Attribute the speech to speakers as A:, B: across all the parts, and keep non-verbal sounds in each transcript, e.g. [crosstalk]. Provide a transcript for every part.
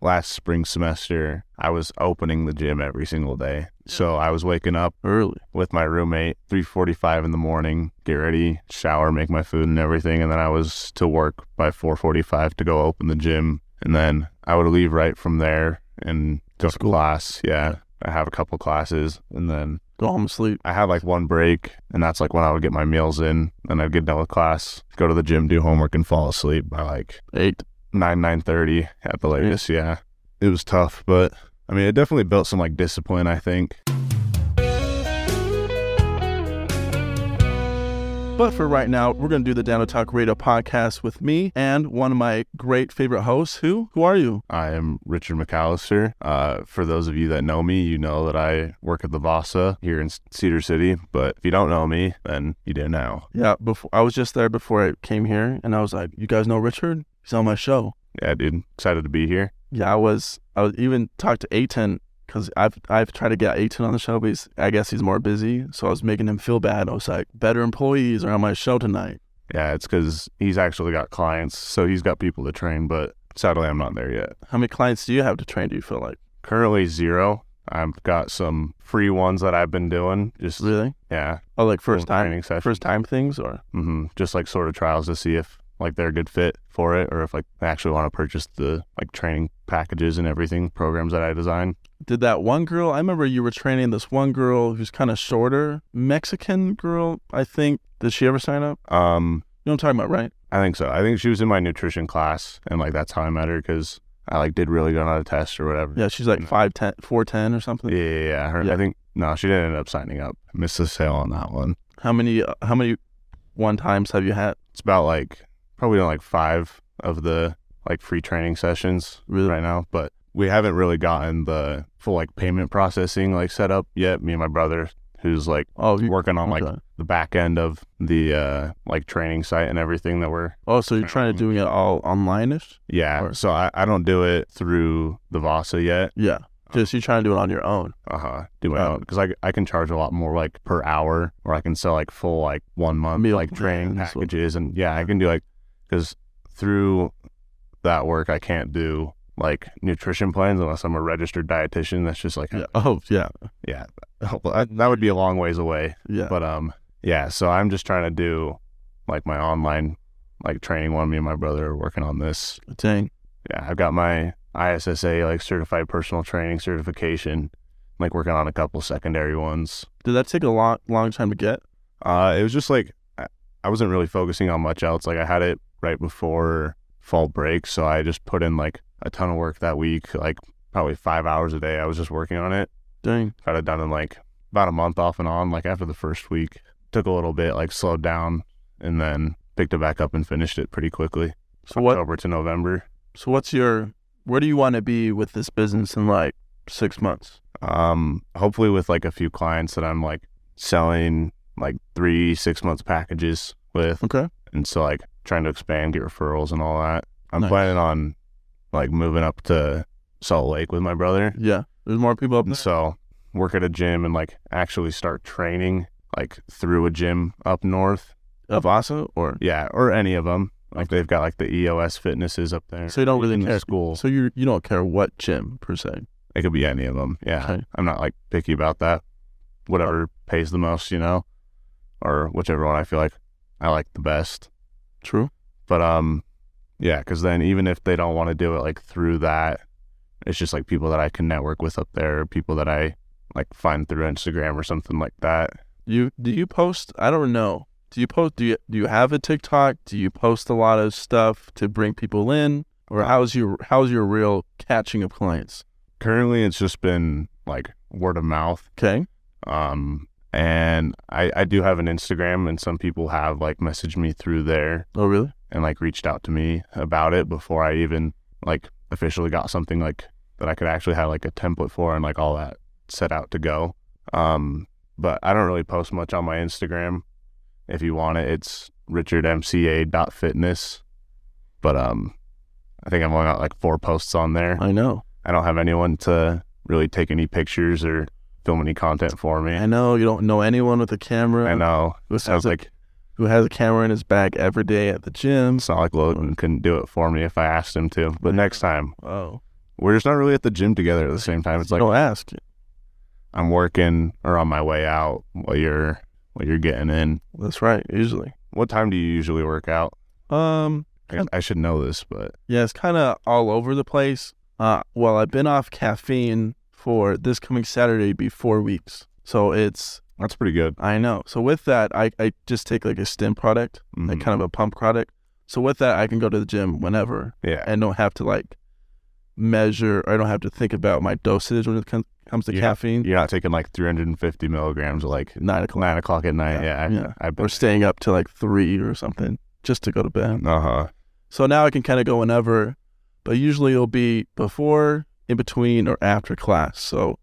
A: last spring semester, I was opening the gym every single day. So I was waking up
B: Early.
A: with my roommate 3:45 in the morning, get ready, shower, make my food and everything, and then I was to work by 4:45 to go open the gym, and then I would leave right from there and go to
B: School.
A: class. Yeah, I have a couple classes, and then
B: Go home and sleep.
A: I had like one break, and that's like when I would get my meals in, and I'd get done with class, go to the gym, do homework, and fall asleep by like
B: Eight.
A: nine nine thirty at the latest. Yeah, it was tough, but I mean, it definitely built some like discipline. I think.
B: But for right now, we're going to do the Down to Talk Radio podcast with me and one of my great favorite hosts. Who? Who are you?
A: I am Richard McAllister. Uh, for those of you that know me, you know that I work at the Vasa here in Cedar City. But if you don't know me, then you do now.
B: Yeah, before I was just there before I came here, and I was like, "You guys know Richard? He's on my show."
A: Yeah, dude, excited to be here.
B: Yeah, I was. I was even talked to Aiton because I've I've tried to get Aiton on the show, but he's, I guess he's more busy. So I was making him feel bad. I was like, "Better employees are on my show tonight."
A: Yeah, it's because he's actually got clients, so he's got people to train. But sadly, I'm not there yet.
B: How many clients do you have to train? Do you feel like
A: Currently zero. I've got some free ones that I've been doing. Just
B: really?
A: yeah,
B: Oh, like first
A: little
B: time,
A: training session.
B: first time things, or
A: hmm Just like sort of trials to see if like they're a good fit for it, or if like they actually want to purchase the like training packages and everything programs that I design.
B: did that one girl? I remember you were training this one girl who's kind of shorter, Mexican girl. I think did she ever sign up?
A: Um,
B: You know what I'm talking about, right?
A: I think so. I think she was in my nutrition class, and like that's how I met her because I like did really good on a test or whatever.
B: Yeah, she's like
A: No.
B: five ten, four ten or something.
A: Mm-hmm. yeah, yeah. yeah. Her,
B: Yeah.
A: I think no, she didn't end up signing up. I missed the sale on that one.
B: How many? uh, How many one times have you had?
A: It's about like probably done like five of the like free training sessions
B: Really?
A: right now, but we haven't really gotten the full like payment processing like set up yet. Me and my brother, who's like
B: Oh, you,
A: working on like
B: okay.
A: the back end of the uh like training site and everything that we're
B: Oh, so you're trying to doing it all online ish?
A: yeah
B: Or-
A: so I, I don't do it through the vasa yet
B: Yeah.
A: Oh.
B: Just you're trying to do it on your own.
A: uh-huh do my
B: Oh.
A: own because I, I can charge a lot more like per hour or i can sell like full like one month
B: Meal
A: like training
B: plans, what-
A: packages and yeah i can do like because through that work i can't do like nutrition plans unless i'm a registered dietitian that's just like
B: Yeah. Oh, yeah.
A: yeah, [laughs] well, that- that would be a long ways away
B: Yeah.
A: But um, yeah. So I'm just trying to do like my online like training one. Me and my brother are working on this.
B: Dang.
A: Yeah, I've got my ISSA like certified personal training certification. Like working on a couple secondary ones.
B: Did that take a long, long time to get?
A: Uh, it was just like I, I wasn't really focusing on much else. Like I had it right before fall break, so I just put in like a ton of work that week. Like probably five hours a day. I was just working on it.
B: Dang.
A: Got it done in like about a month off and on. Like after the first week, took a little bit, like slowed down, and then picked it back up and finished it pretty quickly.
B: So what?
A: October to November.
B: So what's your? Where do you want to be with this business in like six months?
A: Um, hopefully with like a few clients that I'm like selling like three six months packages with,
B: Okay.
A: and so like trying to expand, get referrals and all that. I'm
B: Nice.
A: planning on like moving up to Salt Lake with my brother.
B: Yeah. There's more people up there.
A: And so work at a gym and like actually start training like through a gym up north
B: of Asa or
A: Yeah, or any of them. Like they've got like the EOS fitnesses up there.
B: so you don't really
A: in
B: care.
A: the school.
B: So you you don't care what gym per se.
A: It could be any of them. Yeah,
B: Okay.
A: I'm not like picky about that. Whatever pays the most, you know, or whichever one I feel like I like the best.
B: True.
A: But um, yeah, because then even if they don't want to do it like through that, it's just like people that I can network with up there, people that I like find through Instagram or something like that.
B: You do you post? I don't know. Do you post? Do you do you have a TikTok? Do you post a lot of stuff to bring people in, or how's your how's your real catching of clients?
A: Currently, it's just been like word of mouth.
B: Okay.
A: Um, and I, I do have an Instagram, and some people have like messaged me through there
B: Oh really?
A: and like reached out to me about it before I even like officially got something like that I could actually have like a template for and like all that set out to go. Um, but I don't really post much on my Instagram. If you want it, it's richardmca.fitness. But um, I think I've only got like four posts on there.
B: I know.
A: I don't have anyone to really take any pictures or film any content for me.
B: I know you don't know anyone with a camera.
A: I know. I
B: Who
A: was
B: has a-
A: like,
B: who has a camera in his bag every day at the gym?
A: it's not like Logan couldn't do it for me if I asked him to, but next time
B: Oh,
A: we're just not really at the gym together at the same time. It's like
B: Don't ask.
A: I'm working or on my way out while you're while you're getting in.
B: That's right. Usually.
A: What time do you usually work out?
B: Um.
A: I, I should know this, but
B: Yeah, it's kind of all over the place. Uh, well, I've been off caffeine for this coming Saturday be four weeks. So it's
A: that's pretty good.
B: I know. So with that, I, I just take like a stim product, like
A: Mhm.
B: kind of a pump product. So with that, I can go to the gym whenever
A: yeah.
B: and don't have to like measure. Or I don't have to think about my dosage when it com- comes to
A: Yeah.
B: caffeine
A: You're not taking like 350 milligrams, like
B: nine o'clock
A: nine o'clock at night. Yeah. I,
B: Yeah. Yeah.
A: I've been.
B: or staying up to like three or something just to go to bed.
A: Uh huh.
B: So now I can kind of go whenever, but usually it'll be before, in between, or after class. So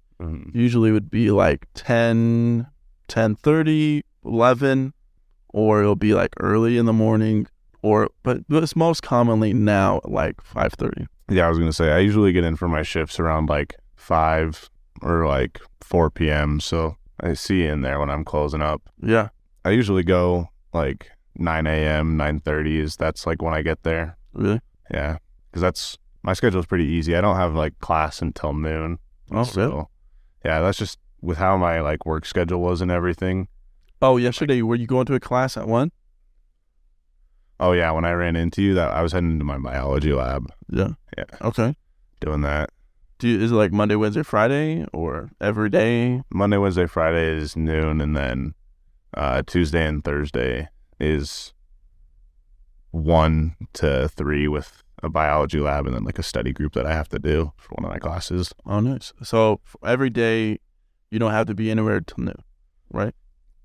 B: usually it would be like 10, 10.30, 11, or it'll be like early in the morning, or but it's most commonly now like 5.30.
A: Yeah, I was gonna say I usually get in for my shifts around like five or like four p.m. So I see you in there when I'm closing up.
B: Yeah.
A: I usually go like nine a.m. nine thirty is that's like when I get there.
B: Really?
A: Yeah, because that's my schedule's pretty easy. I don't have like class until noon.
B: Oh, really?
A: So, yeah, that's just with how my like work schedule was and everything.
B: Oh, yesterday, were you going to a class at 1?
A: Oh yeah, when I ran into you, that I was heading to my biology lab
B: Yeah.
A: Yeah.
B: Okay.
A: doing that.
B: Do you, is it like Monday, Wednesday, Friday, or every day?
A: Monday, Wednesday, Friday is noon, and then uh, Tuesday and Thursday is one to three with a biology lab, and then like a study group that I have to do for one of my classes.
B: Oh, nice. So f- every day, you don't have to be anywhere till noon, right?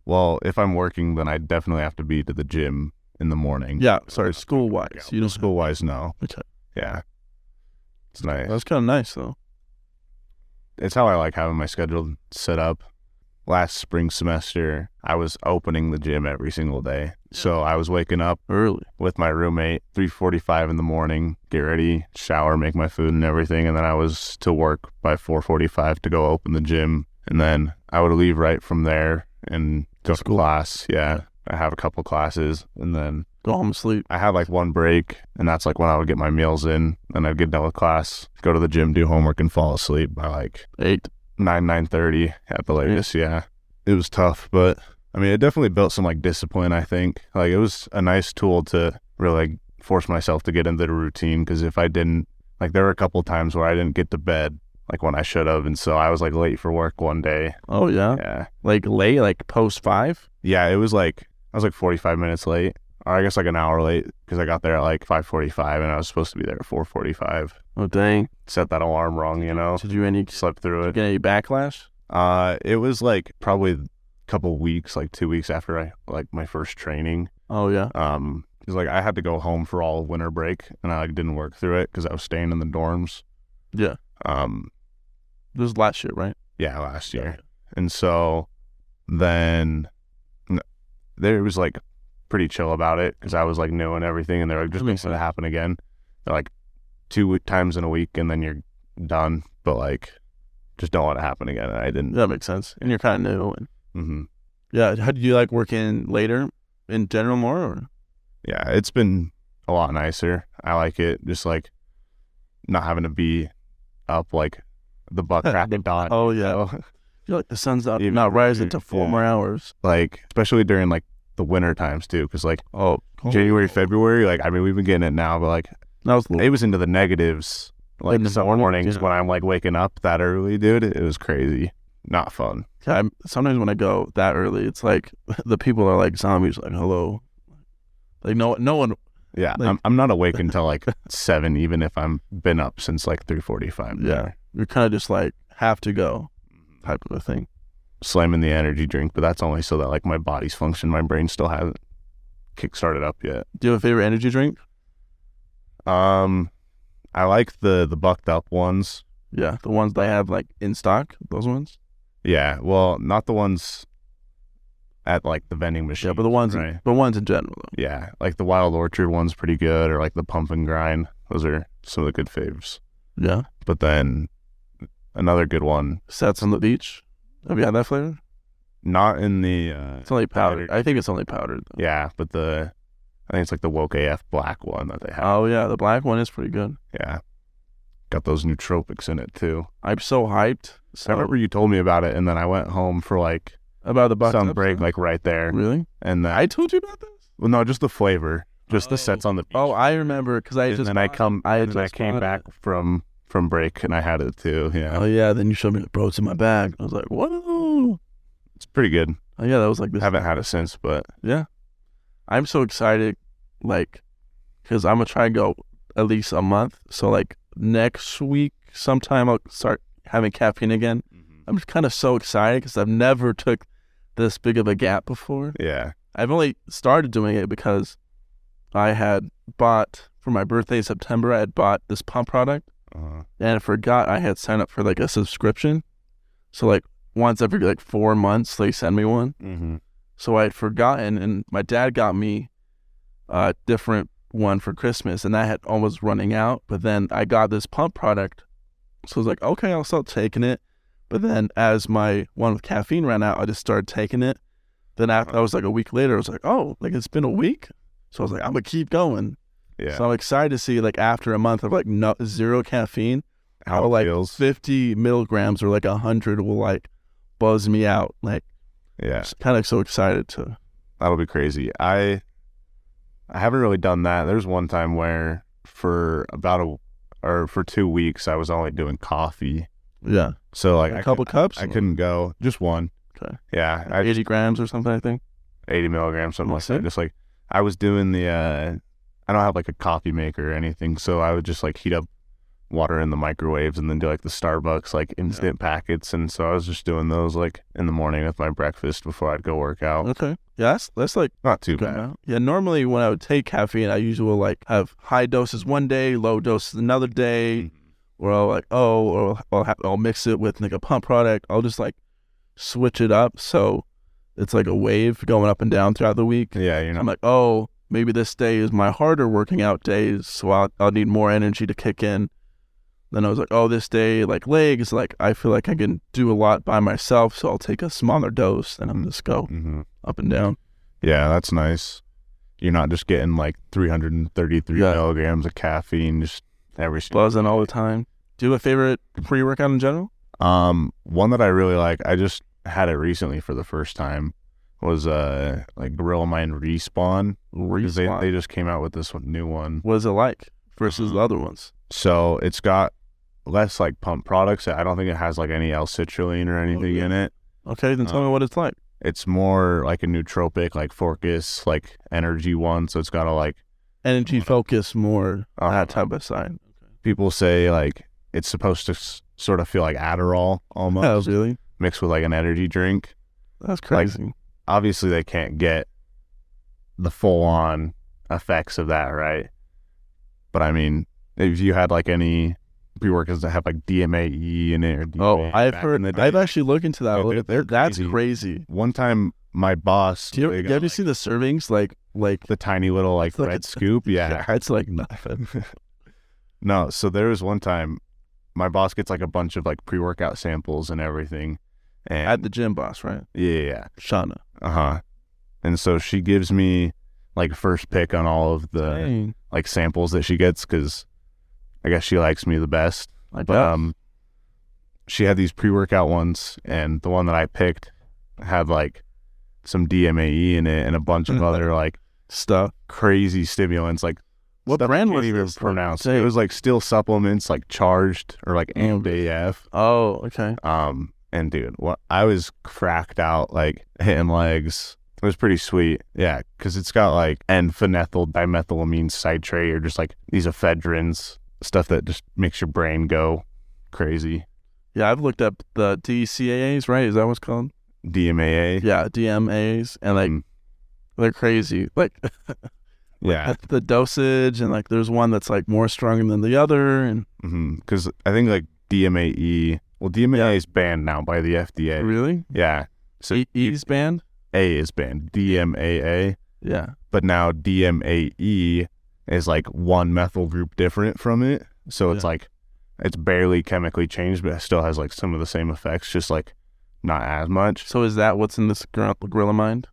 A: Well, if I'm working, then I definitely have to be to the gym in the morning.
B: Yeah. Sorry, school wise,
A: Yeah.
B: you don't
A: School wise, no.
B: Okay.
A: Yeah. It's nice.
B: That's kind of nice though.
A: it's how I like having my schedule set up. Last spring semester, I was opening the gym every single day. So I was waking up
B: Early.
A: with my roommate 3:45 in the morning, get ready, shower, make my food and everything, and then I was to work by 4:45 to go open the gym, and then I would leave right from there and go to class. Yeah. I have a couple classes and then
B: Go home and sleep.
A: I had like one break, and that's like when I would get my meals in. Then I'd get done with class, go to the gym, do homework, and fall asleep by like
B: Eight.
A: nine nine thirty at the latest. Yeah, it was tough, but I mean, it definitely built some like discipline. I think like it was a nice tool to really like, force myself to get into the routine because if I didn't, like, there were a couple times where I didn't get to bed like when I should have, and so I was like late for work one day.
B: Oh yeah.
A: Yeah,
B: Like late, like post five.
A: yeah, it was like I was like forty five minutes late. Or I guess like an hour late because I got there at like five forty five and I was supposed to be there at four forty five.
B: Oh dang.
A: set that alarm wrong, you know,
B: Did you any did
A: slept through
B: you
A: it.
B: get any backlash?
A: Uh, it was like probably a couple weeks, like two weeks after I like my first training.
B: Oh yeah.
A: Um, because like I had to go home for all of winter break, and I like, didn't work through it because I was staying in the dorms.
B: Yeah.
A: Um,
B: This is last year, right?
A: yeah, last year, and so then n- there was like pretty chill about it because I was like new and everything, and they're like just
B: That makes
A: let it
B: sense.
A: happen again. They're like two times in a week, and then you're done. But like, just don't let it happen again. And I didn't.
B: That makes sense. And you're kind of new. And
A: Mm-hmm.
B: yeah. How do you like work in later in general more? Or?
A: Yeah, it's been a lot nicer. I like it. Just like not having to be up like the
B: [laughs]
A: butt crack of dawn.
B: Oh yeah. You're like the sun's not
A: Even-
B: not rising till four
A: Yeah.
B: more hours.
A: Like especially during like the winter times too, because like
B: Oh.
A: January, February. Like I mean, we've been getting it now, but like
B: That was
A: it was into the negatives. Like
B: In the
A: some
B: morning,
A: mornings
B: yeah.
A: when I'm like waking up that early, dude. It was crazy. Not fun.
B: Yeah, I'm, sometimes when I go that early, it's like [laughs] the people are like zombies. Like hello, like no, no one.
A: Yeah,
B: Like-
A: I'm, I'm not awake until like [laughs] seven, even if I'm been up since like three forty five.
B: Yeah, you're kind of just like have to go type of a thing.
A: slamming the energy drink, but that's only so that like my body's function, my brain still hasn't kick started up yet.
B: Do you have a favorite energy drink?
A: Um, I like the the bucked up ones.
B: Yeah, the ones they have like in stock, those ones.
A: Yeah, well, not the ones at like the vending machine.
B: Yeah, but the ones,
A: right?
B: but ones in general. Though.
A: Yeah, like the wild orchard one's pretty good, or like the pump and grind. Those are some of the good faves.
B: Yeah,
A: But then another good one,
B: sets on the beach. Have you had that flavor?
A: not in the uh,
B: It's only powdered. I think it's only powdered. Though.
A: yeah, but the I think it's like the woke AF black one that they have.
B: Oh yeah, the black one is pretty good.
A: yeah, Got those nootropics in it too.
B: I'm so hyped. So
A: I remember you told me about it, and then I went home for like
B: about the box
A: some
B: episode.
A: break, like right there,
B: really?
A: and then
B: I told you about this?
A: well, no, just the flavor, just
C: Oh.
A: the sets on the beach.
B: Oh, I remember because I
A: and
B: just
A: then I
B: bought-
A: come,
B: I
A: and then I
B: just
A: came
B: bought
A: back
B: it.
A: from from break, and I had it too. Yeah,
B: Oh yeah, then you showed me the bro, it's in my bag. I was like, whoa.
A: it's pretty good.
B: Oh yeah, that was like this.
A: haven't had it since, but
B: I'm so excited, like, because I'm gonna try and go at least a month. So like next week, sometime I'll start having caffeine again.
A: Mm-hmm.
B: I'm just kind of so excited because I've never took this big of a gap before.
A: yeah,
B: I've only started doing it because I had bought for my birthday in September. I had bought this pump product
A: uh,
B: and I forgot I had signed up for like a subscription. So like once every like four months, they send me one.
A: mm-hmm.
B: So I had forgotten, and my dad got me a different one for Christmas, and that had almost running out. But then I got this pump product, so I was like, okay, I'll start taking it. But then as my one with caffeine ran out, I just started taking it. Then
A: Uh-huh.
B: after I was like a week later, I was like, oh, like it's been a week. So I was like, I'm gonna keep going.
A: yeah.
B: So I'm excited to see like after a month of like no zero caffeine,
A: How
B: or
A: it
B: like
A: feels,
B: 50 milligrams or like 100 will like buzz me out. Like
A: yeah.
B: kind of so excited to.
A: That'll be crazy. I I haven't really done that. There's one time where for about a or for two weeks I was only doing coffee.
B: Yeah.
A: So like
B: a
A: I
B: couple cups.
A: cou- I couldn't go just one.
B: Okay.
A: Yeah, I
B: eighty grams or something. I think.
A: 80 milligrams something
B: That's
A: like
B: it?
A: that. Just like I was doing the uh I don't have like a coffee maker or anything, so I would just like heat up water in the microwaves and then do like the Starbucks like instant packets and so I was just doing those like in the morning with my breakfast before I'd go work out.
B: Okay. Yeah, that's that's like
A: Not too
B: good
A: bad.
B: amount. Yeah. Normally, when I would take caffeine, I usually will like have high doses one day, low doses another
A: Mm.
B: day, or I'll like oh, or I'll, have, I'll mix it with like a pump product. I'll just like switch it up so it's like a wave going up and down throughout the week.
A: Yeah, you're not
B: [laughs] I'm like oh, maybe this day is my harder working out days, so I'll I'll need more energy to kick in. Then I was like, oh, this day, like legs, like I feel like I can do a lot by myself, so I'll take a smaller dose and I'm just go.
A: Mhm.
B: up and down.
A: Yeah, that's nice. You're not just getting like 333
B: Yeah.
A: milligrams of caffeine just every single.
B: Buzzing all the time. Do you have a favorite pre workout in general?
A: Um, one that I really like, I just had it recently for the first time, was uh like Gorilla Mind Respawn. 'Cause They,
B: Respawn.
A: they just came out with this one, new one.
B: What is it like versus
A: Uh-huh.
B: the other ones?
A: So it's got less like pump products. I don't think it has like any L-citrulline or anything
B: Oh, yeah.
A: in it.
B: Okay, then
A: Uh-huh.
B: tell me what it's like.
A: It's more like a nootropic, like Forcus, like energy one. So it's got a like
B: Energy focus more on
A: Uh-huh.
B: that type of side.
A: people say like it's supposed to s- sort of feel like Adderall almost
B: [laughs] Oh, really?
A: mixed with like an energy drink.
B: That's
A: Uh-huh. Like-
B: crazy.
A: Obviously, they can't get the full on effects of that, right? But I mean, if you had like any pre workouts that have like DMAE E in it, or DMA
B: oh, I've
A: back
B: heard.
A: in the day-
B: I've actually looked into that.
A: Yeah,
B: a little
A: they're- they're
B: bit. That's
A: crazy.
B: crazy.
A: one time my boss,
B: Do you,
A: they
B: you
A: got,
B: ever
A: like,
B: see the servings? Like, like
A: the tiny little like
B: It's like
A: red
B: a- [laughs]
A: scoop? Yeah,
B: it's like nothing.
A: No, so there was one time my boss gets like a bunch of like pre workout samples and everything. And
B: At the gym, boss, right?
A: yeah, yeah, yeah.
B: Shauna.
A: Uh huh. And so she gives me like first pick on all of the
B: Dang.
A: like samples that she gets because I guess she likes me the best.
B: I
A: But
B: doubt-
A: um, she had these pre workout ones, and the one that I picked had like some DMAE in it and a bunch
B: Mm.
A: of other like
B: stuff.
A: crazy stimulants. Like
B: What
A: stuff I
B: brand
A: can't
B: was
A: even
B: this? Like,
A: pronounce?
B: say-
A: It was like still supplements, like charged or like
B: Mm.
A: amped AF.
B: Oh, okay.
A: Um, and dude, what I was cracked out like [laughs] hitting legs. It was pretty sweet, yeah, because it's got like n phenethyl dimethylamine citrate or just like these ephedrins, stuff that just makes your brain go crazy.
B: Yeah, I've looked up the DCAAs, right? Is that what's called?
A: DMAA,
B: Yeah, Mm-hmm. DMAs and like
A: Mm.
B: they're crazy. Like [laughs]
A: yeah,
B: the dosage and like there's one that's like more strong than the other and
A: because mm-hmm. I think like DMAE, E, well, DMAA is banned now by the FDA.
B: really
A: Yeah, so
B: E- E's band.
A: A is banned, DMAA,
B: Yeah.
A: but now DMAE E is like one methyl group different from it. So it's
B: Yeah.
A: like it's barely chemically changed, but it still has like some of the same effects, just like not as much.
B: So is that what's in this gor- gorilla mind?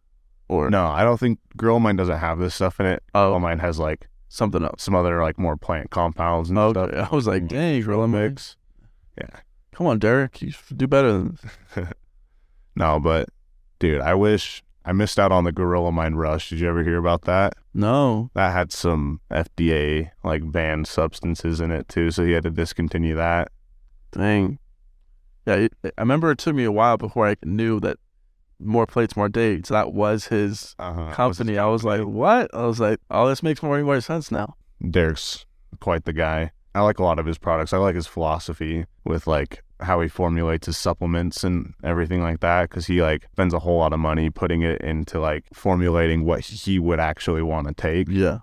B: Or
A: No, I don't think Girl Mine doesn't have this stuff in it.
B: Oh,
A: Girl Mine has like
B: something else.
A: some other like more plant compounds and
B: Okay.
A: stuff.
B: I was like, dang, Gorilla Mm-hmm.
A: mix.
B: Mix.
A: Yeah.
B: Come on, Derek, you should do better than this.
A: No, but dude, I wish I missed out on the Gorilla Mind Rush. Did you ever hear about that?
B: No.
A: That had some FDA like banned substances in it too, so he had to discontinue that.
B: Dang. Yeah, it, I remember it took me a while before I knew that more plates, more dates. That was his
A: Uh-huh.
B: company. I was like, what? I was like, oh, this makes more and more sense now.
A: Derek's quite the guy. I like a lot of his products. I like his philosophy with like how he formulates his supplements and everything like that because he like spends a whole lot of money putting it into like formulating what he would actually want to take
B: Yeah.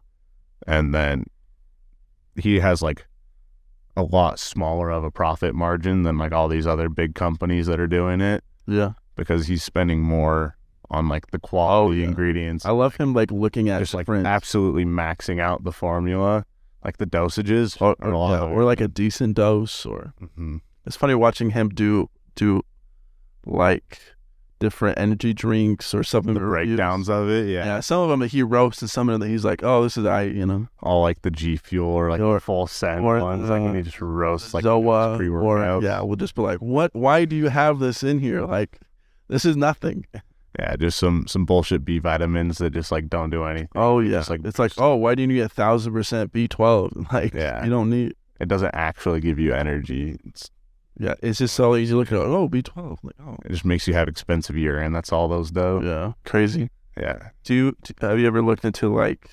A: and then he has like a lot smaller of a profit margin than like all these other big companies that are doing it
B: Yeah.
A: because he's spending more on like the quality
B: Oh, yeah.
A: ingredients
B: I love him like looking at
A: just like
B: different-
A: absolutely maxing out the formula, like the dosages.
B: or,
A: are
B: or,
A: a lot
B: yeah, Mm-hmm.
A: higher.
B: or like a decent dose or
A: Mhm.
B: it's funny watching him do do like different energy drinks or something.
A: the breakdowns of it, yeah.
B: Yeah, some of them that he roasts and some of them that he's like, oh, this is I, you know,
A: All like the G Fuel or like
B: Or-
A: the full scent
B: or
A: ones, like
B: the
A: and he just roasts like
B: Zoa
A: pre
B: or
A: workouts.
B: yeah, we'll just be like, what? Why do you have this in here? Like, this is nothing.
A: yeah, just some some bullshit B vitamins that just like don't do anything.
B: Oh yeah,
A: Just like-
B: it's like, oh, why didn't you get thousand percent B twelve? [laughs] Like,
A: Yeah.
B: you don't need.
A: It doesn't actually give you energy. It's,
B: Yeah, it's just so easy. Look at it. Oh, B twelve. Like, oh,
A: it just makes you have expensive urine. That's all those do.
B: yeah, crazy.
A: Yeah.
B: Do you do, have you ever looked into like,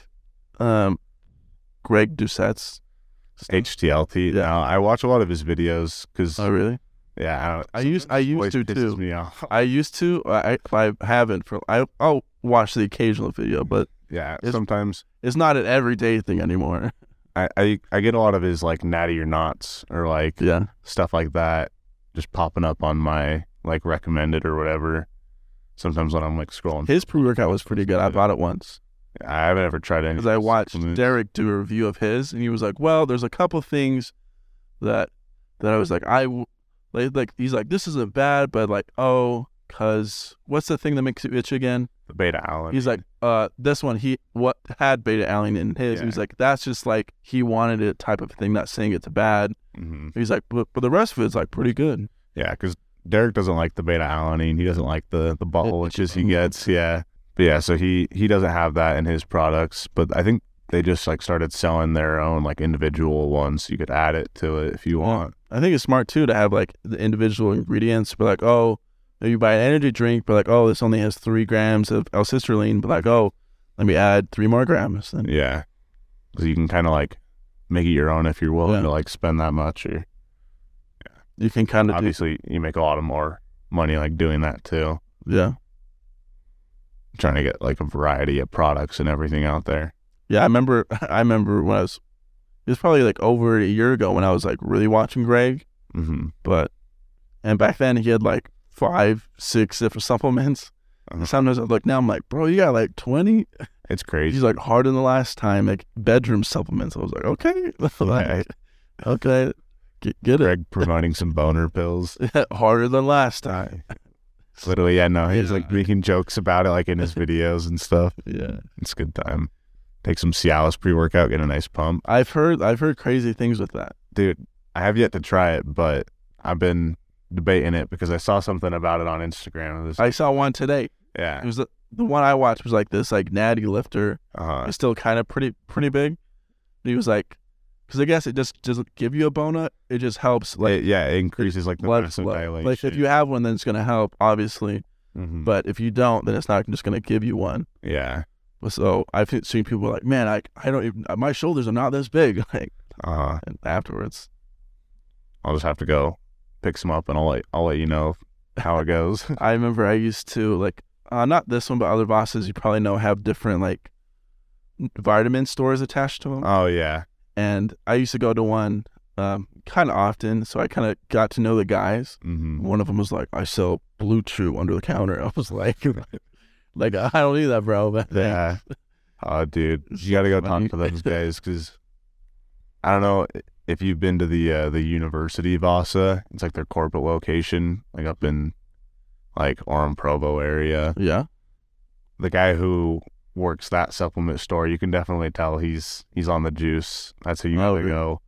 B: um, Greg Doucette's? stuff?
A: HTLT.
B: Yeah.
A: Now, I watch a lot of his videos because
B: Oh really?
A: yeah, I, don't,
B: I used- I
A: sometimes his
B: used to,
A: voice pisses
B: too.
A: Me [laughs] off.
B: I used to. I I haven't for. I I'll watch the occasional video, but
A: Yeah,
B: It's-
A: sometimes
B: it's not an everyday thing anymore. [laughs]
A: I, I I get a lot of his like natty or knots or like
B: Yeah.
A: stuff like that just popping up on my like recommended or whatever. Sometimes when I'm like scrolling,
B: His pre workout was pretty good. I bought it once
A: I haven't ever tried any. Mm-hmm.
B: because I watched
A: supplements.
B: Derek do a review of his, and he was like, "Well, there's a couple things that that I was like, I w- like, like he's like, this isn't bad, but like, oh, cause what's the thing that makes you itch again?
A: the Beta Allen.
B: He's like, uh, this one he what had beta alanine in his. He was
A: Yeah.
B: like, that's just like he wanted it type of thing. Not saying it's bad.
A: hmm
B: He's like, but but the rest of it's like pretty good.
A: yeah, because Derek doesn't like the Beta Alanine. He doesn't like the
B: [laughs]
A: the butthole
B: Itch.
A: itches he gets. Yeah, but yeah, so he he doesn't have that in his products. But I think they just like started selling their own like individual ones. you could add it to it if you
B: Yeah.
A: want.
B: I think it's smart too to have like the individual ingredients, but like, oh, if you buy an energy drink, but like, oh, this only has three grams of L-citrulline, but like, oh, let me add three more grams. And
A: Yeah. So you can kind of like make it your own if you're willing
B: Yeah.
A: to like spend that much. Or
B: you can kind of do,
A: obviously, you make a lot of more money like doing that too.
B: yeah,
A: Trying to get like a variety of products and everything out there.
B: yeah. I remember, [laughs] I remember when I was, it was probably like over a year ago when I was like really watching Greg,
A: Mm-hmm.
B: but, and back then he had like five, six different supplements.
A: Uh-huh.
B: And sometimes I look now, I'm like, bro, you got like twenty.
A: It's crazy.
B: [laughs] He's like harder than the last time, like bedroom supplements. I was like, okay, [laughs] like, okay, get, get it.
A: Greg promoting some boner
B: [laughs]
A: pills.
B: harder than last time.
A: Literally, yeah, no, he's like
B: Yeah.
A: making jokes about it, like in his videos and stuff.
B: Yeah,
A: It's a good time. Take some Cialis pre workout, get a nice pump.
B: I've heard I've heard crazy things with that.
A: dude, I have yet to try it, but I've been debating it because I saw something about it on Instagram. It was-
B: I saw one today. It
A: yeah,
B: was the, the one I watched was like this like natty lifter.
A: uh-huh.
B: It's still kind of pretty pretty big. And he was like, because I guess it just doesn't give you a bonus. It just helps
A: [laughs]
B: like
A: It- yeah, it increases like the
B: blood
A: massive
B: flow.
A: dilation.
B: Like if you have one, then it's gonna help obviously.
A: Mhm.
B: But if you don't, then it's not just gonna give you one.
A: yeah,
B: But So I've seen people like, man, I I don't even my shoulders are not this big. [laughs] Like
A: uh,
B: and afterwards,
A: I'll just have to go pick some up, and I'll let, I'll let you know how it goes. [laughs]
B: I remember I used to like uh, not this one, but other bosses you probably know have different like vitamin stores attached to them.
A: oh yeah,
B: and I used to go to one um, kind of often, so I kind of got to know the guys. [laughs]
A: hmm
B: One of them was like, "I sell Blue Chew under the counter." [laughs] I was like, "Like I don't need that, bro." [laughs] But
A: yeah. Oh, dude, you got to go talk to those guys because I don't know if you've been to the uh, the University of Vasa. It's like their corporate location, like up in like Orem Provo area.
B: yeah,
A: the guy who works that supplement store, you can definitely tell he's he's on the juice. That's who you
B: Oh,
A: gotta
B: yeah.
A: go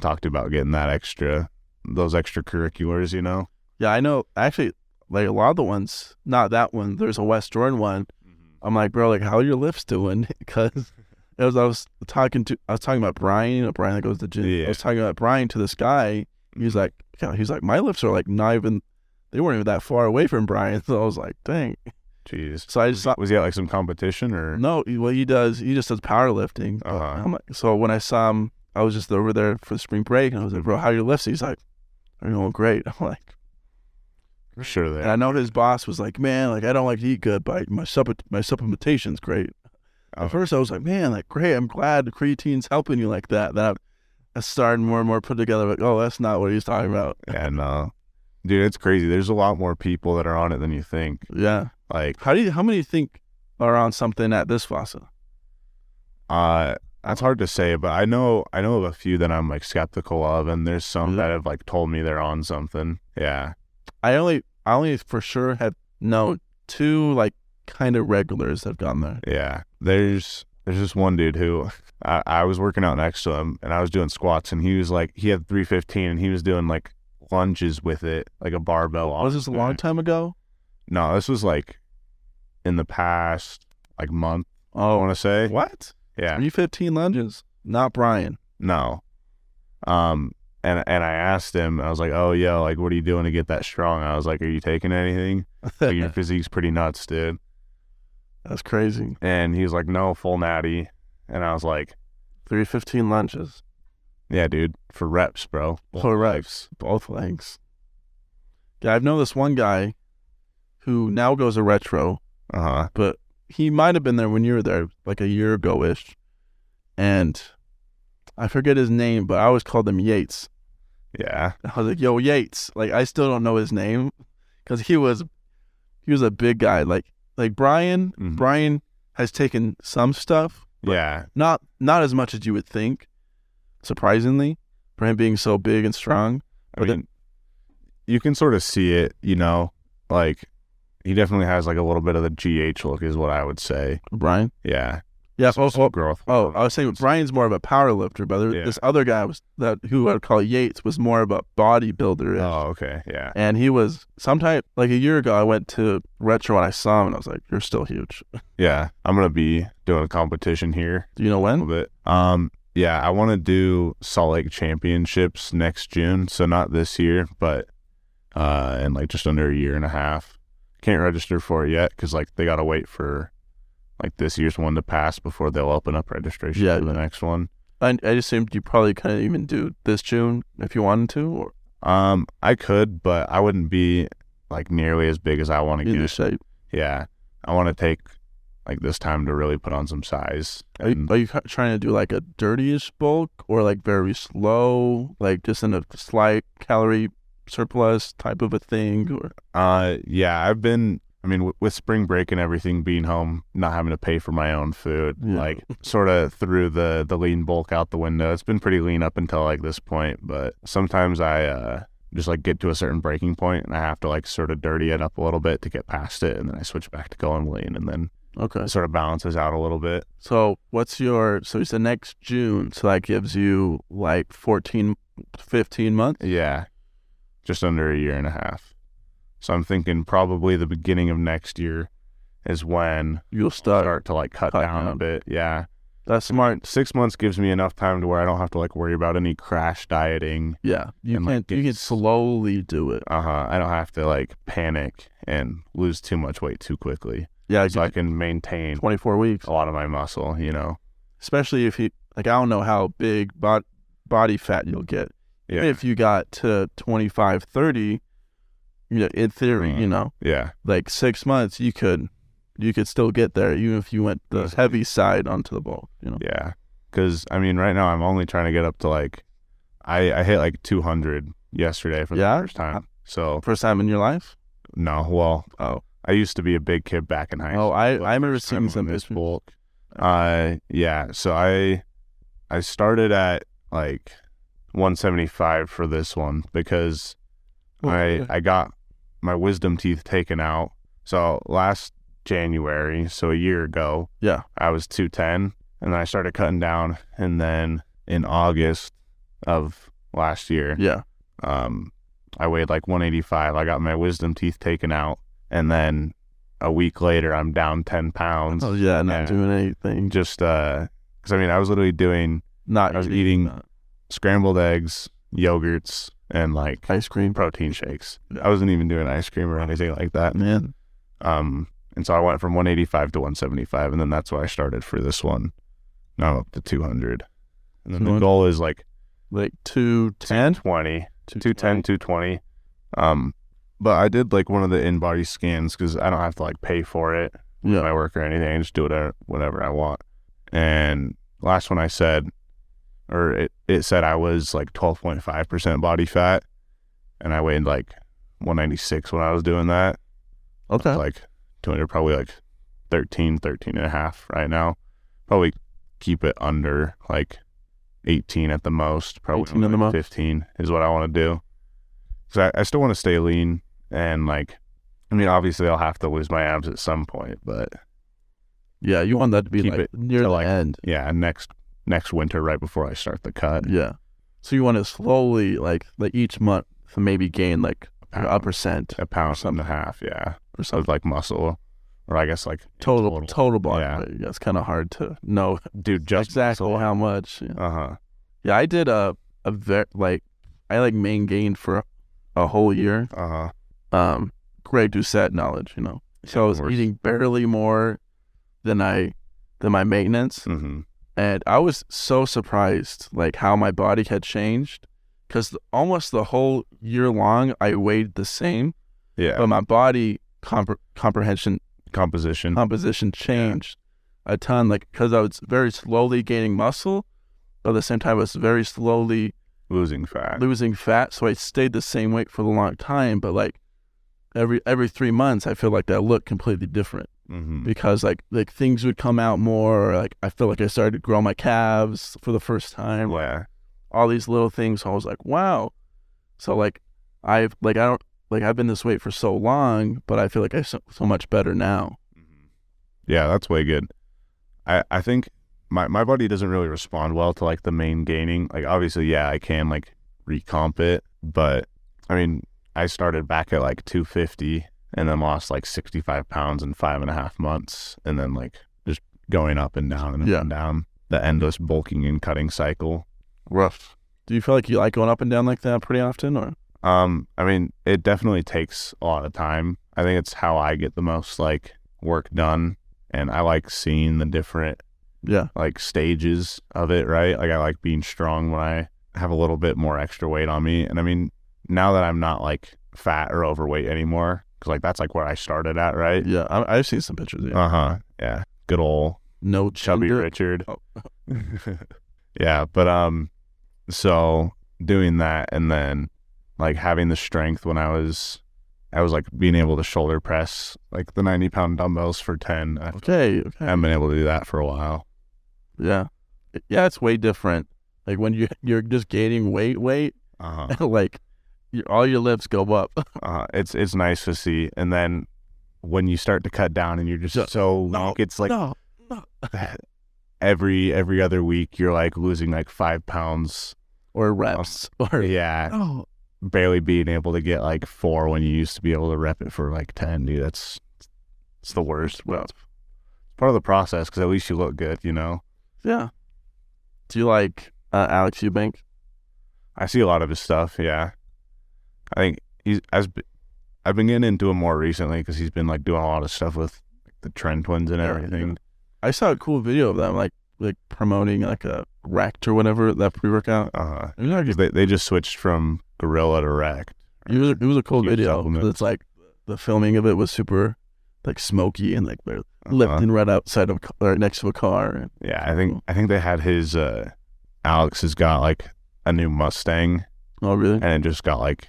A: talk to about getting that extra those extracurriculars, you know?
B: Yeah, I know. Actually, like a lot of the ones, not that one. There's a West Jordan one. I'm like, bro, like how are your lifts doing? [laughs] Because it was I was talking to I was talking about Brian. You know, Brian that goes to the gym. I
A: Yeah.
B: was talking about Brian to this guy. He was like, yeah, he's like, my lifts are like not even. They weren't even that far away from Brian. [laughs] So I was like, dang.
A: Jeez.
B: So I just thought,
A: Was he at like some competition or
B: no, he- what he does, he just does powerlifting. But
A: Uh-huh.
B: I'm like, so when I saw him, I was just over there for spring break, and I was like, bro, how are your lifts? He's like, I'm going great. [laughs] I'm like.
A: sure there?
B: And I know his boss was like, "Man, like I don't like to eat good, but my supp- my supplementation's great."
A: Oh.
B: At first, I was like, "Man, like great, I'm glad creatine's helping you like that." Then I, I started more and more put together, like, "Oh, that's not what he's talking about."
A: and uh dude, it's crazy. There's a lot more people that are on it than you think.
B: Yeah.
A: Like
B: How do you? How many think are on something at this FASA?
A: Uh, that's hard to say, but I know I know of a few that I'm like skeptical of, and there's some
B: Really?
A: that have like told me they're on something. Yeah,
B: I only, I only for sure have known two like kind of regulars that have gone there.
A: yeah. There's there's this one dude who [laughs] I, I was working out next to him, and I was doing squats, and he was like he had 315, and he was doing like lunges with it, like a barbell. on
B: Was Oh, this a
A: it.
B: long time ago?
A: No, this was like in the past like month. I
B: Oh,
A: want to say.
B: what?
A: Yeah.
B: Are you 15 lunges? Not Brian.
A: No. Um and and I asked him, I was like, Oh yo, like what are you doing to get that strong? I was like, Are you taking
B: [laughs]
A: anything? Like, your physique's pretty nuts, dude.
B: that's crazy.
A: And he was like, No, full natty. And I was like,
B: Three 15 lunges.
A: Yeah, dude, for reps, bro.
B: For reps, both legs. Yeah, I've known this one guy who now goes a retro,
A: Uh huh.
B: but he might have been there when you were there, like a year ago ish. And I forget his name, but I always called him Yates.
A: Yeah.
B: I was like, "Yo, Yates!" Like I still don't know his name because he was he was a big guy. Like like Brian.
A: Mhm.
B: Brian has taken some stuff, but
A: yeah.
B: not not as much as you would think. Surprisingly, for him being so big and strong.
A: I
B: but
A: mean, you can sort of see it, you know, like he definitely has like a little bit of the GH look is what I would say.
B: Brian.
A: Yeah.
B: Yeah.
A: Some
B: Oh, oh,
A: growth.
B: oh, I was saying Brian's more of a power lifter, but there,
A: Yeah.
B: this other guy was that who I'd call Yates was more of a bodybuilder.
A: Oh, okay. Yeah.
B: And he was sometime like a year ago. I went to retro and I saw him and I was like, "You're still huge."
A: Yeah. I'm gonna be doing a competition here.
B: Do you know when?
A: little bit. Um, yeah, I want to do Salt Lake Championships next June, so not this year, but uh, in like just under a year and a half. Can't register for it yet because like they gotta wait for like this year's one to pass before they'll open up registration
B: Yeah,
A: for the
B: yeah.
A: next one.
B: I I assumed you probably couldn't even do this June if you wanted to, or
A: Um, I could, but I wouldn't be like nearly as big as I want to
B: either
A: get.
B: shape.
A: Yeah, I want to take like this time to really put on some size.
B: Are you,
A: And-
B: are you ca- trying to do like a dirtyish bulk or like very slow, like just in a slight calorie surplus type of a thing? Or
A: Uh, yeah, I've been. I mean, w- with spring break and everything, being home, not having to pay for my own food,
B: Yeah.
A: like sort of threw the the lean bulk out the window. It's been pretty lean up until like this point, but sometimes I uh just like get to a certain breaking point and I have to like sort of dirty it up a little bit to get past it, and then I switch back to going lean, and then
B: okay,
A: it sort of balances out a little bit.
B: so what's your so you said next June, so that gives you like 14, 15 months.
A: Yeah, just under a year and a half. So I'm thinking probably the beginning of next year is when
B: You'll
A: I'll
B: start.
A: start to like cut
B: cut
A: down a
B: down.
A: bit. Yeah.
B: That's smart.
A: six months gives me enough time to where I don't have to like worry about any crash dieting.
B: Yeah, you
A: And,
B: can
A: like,
B: you can
A: it's-
B: slowly do it.
A: Uh huh. I don't have to like panic and lose too much weight too quickly,
B: Yeah,
A: so I can maintain
B: twenty four weeks.
A: a lot of my muscle. You know.
B: especially if you like I don't know how big bod- body fat you'll get.
A: Yeah.
B: Even If you got to 25, 30, you know, in theory,
A: Mhm.
B: you know,
A: Yeah.
B: like six months, you could, you could still get there, even if you went the
A: Easily.
B: heavy side onto the bulk. You know,
A: Yeah. Because I mean, right now I'm only trying to get up to like, I I hit like 200 yesterday for
B: Yeah?
A: the first time. So
B: first time in your life.
A: no, well,
B: Oh,
A: I used to be a big kid back in high school.
B: oh, I
A: Well,
B: I remember
A: first time
B: seeing some
A: on this
B: pictures.
A: bulk. Uh, yeah. So I, I started at like 175 for this one because
B: Oh,
A: I
B: okay.
A: I got my wisdom teeth taken out. So last January, so a year ago.
B: Yeah.
A: I was 210 and then I started cutting down and then in August of last year,
B: Yeah.
A: um I weighed like 185. I got my wisdom teeth taken out and then a week later I'm down 10 pounds.
B: Oh yeah, not
A: Yeah.
B: doing anything.
A: Just uh cuz I mean I was literally doing
B: Not
A: I was eating
B: that.
A: scrambled eggs, yogurts and like
B: ice cream.
A: protein shakes. I wasn't even doing ice cream or anything like that.
B: Man,
A: Um, and so I went from 185 to 175, and then that's why I started for this one. Now I'm up to 200. And then the
B: 200.
A: goal is like
B: like two ten,
A: 20,
B: two
A: 210, 220. Um, but I did like one of the in body scans because I don't have to like pay for it with
B: Yeah.
A: my work or anything. I just do whatever, whatever I want. And last one I said, or it, it said I was like 12.5% body fat, and I weighed like 196 when I was doing that
B: Okay.
A: like 200 probably like 13 13 and a half right now probably keep it under like 18 at the most probably
B: 18 at the
A: like,
B: most.
A: 15 is what i want to do because I, I still want to stay lean and like i mean obviously i'll have to lose my abs at some point but
B: yeah, you want that to be
A: keep
B: like
A: it
B: near
A: to,
B: the
A: like-
B: end.
A: yeah next next winter right before i start the cut
B: Yeah. So you want to slowly, like, like each month, to maybe gain like a percent
A: a pound and a half yeah
B: or
A: so
B: something.
A: it's like muscle or i guess like
B: Total, total,
A: total.
B: body.
A: Yeah.
B: weight. Yeah, it's kind of hard to [laughs] know
A: dude just
B: exactly how much. Yeah.
A: uh-huh
B: Yeah, I did a a ver- like I like main gained for a, a whole year.
A: uh-huh
B: Um, Greg Doucette knowledge, you know. So
A: of
B: I was
A: course.
B: eating barely more than I than my maintenance,
A: hmm
B: and I was so surprised like how my body had changed because almost the whole year long I weighed the same,
A: yeah
B: but my body compre- comprehension
A: composition
B: composition changed a ton, like because I was very slowly gaining muscle, but at the same time I was very slowly
A: losing fat
B: losing fat, so I stayed the same weight for a long time. But like every every three months, I feel like that looked completely different
A: mm-hmm.
B: because like like things would come out more. Or like I feel like I started to grow my calves for the first time.
A: yeah
B: All these little things. So I was like, wow. So like I've like I don't like I've been this weight for so long, but I feel like I'm so, so much better now.
A: Mm-hmm. Yeah, that's way good. I I think my my body doesn't really respond well to like the main gaining. Like obviously, yeah, I can like recomp it, but I mean, I started back at like two fifty and then lost like sixty five pounds in five and a half months, and then like just going up and down and up
B: Yeah.
A: and down the endless bulking and cutting cycle.
B: Rough. Do you feel like you like going up and down like that pretty often, or
A: Um, I mean, it definitely takes a lot of time. I think it's how I get the most like work done, and I like seeing the different
B: yeah,
A: like stages of it, right? Like I like being strong when I have a little bit more extra weight on me. And I mean, now that I'm not like fat or overweight anymore, because like that's like where I started at, right?
B: yeah? I, I've seen some pictures. Yeah.
A: Uh huh. Yeah. Good old
B: no
A: chubby
B: gender-
A: Richard.
B: Oh.
A: [laughs] yeah, but um, so doing that and then like having the strength when I was, I was like being able to shoulder press like the ninety pound dumbbells for ten. I
B: Okay, okay.
A: haven't been able to do that for a while.
B: Yeah. Yeah, it's way different. Like when you [laughs] you're just gaining weight, weight, [laughs]
A: Uh huh.
B: like your, all your lips go up. [laughs]
A: Uh, it's it's nice to see, and then when you start to cut down, and you're just
B: Yeah.
A: so
B: No,
A: weak, it's like
B: no,
A: every every other week you're like losing like five pounds.
B: or reps, [laughs] or
A: Yeah,
B: oh,
A: barely being able to get like four when you used to be able to rep it for like ten. Dude, that's it's the worst. Well, it's part of the process because at least you look good. You know,
B: yeah. Do you like uh, Alex Eubank?
A: I see a lot of his stuff. Yeah, I think he's as I've been getting into him more recently because he's been like doing a lot of stuff with the Trend twins and
B: Yeah,
A: everything.
B: I saw a cool video of them, like like promoting like a rect or whatever that pre workout.
A: Uh huh.
B: It was, like,
A: Because they, they just switched from gorilla to rack.
B: it was, it was a cool
A: Huge
B: video.
A: supplement.
B: 'cause It's like the filming of it was super like smoky and like they're
A: Uh-huh.
B: lifting right outside of a ca- or next to a car.
A: Yeah, I think I think they had his uh Alex has got like a new Mustang
B: Oh, really?
A: and it just got like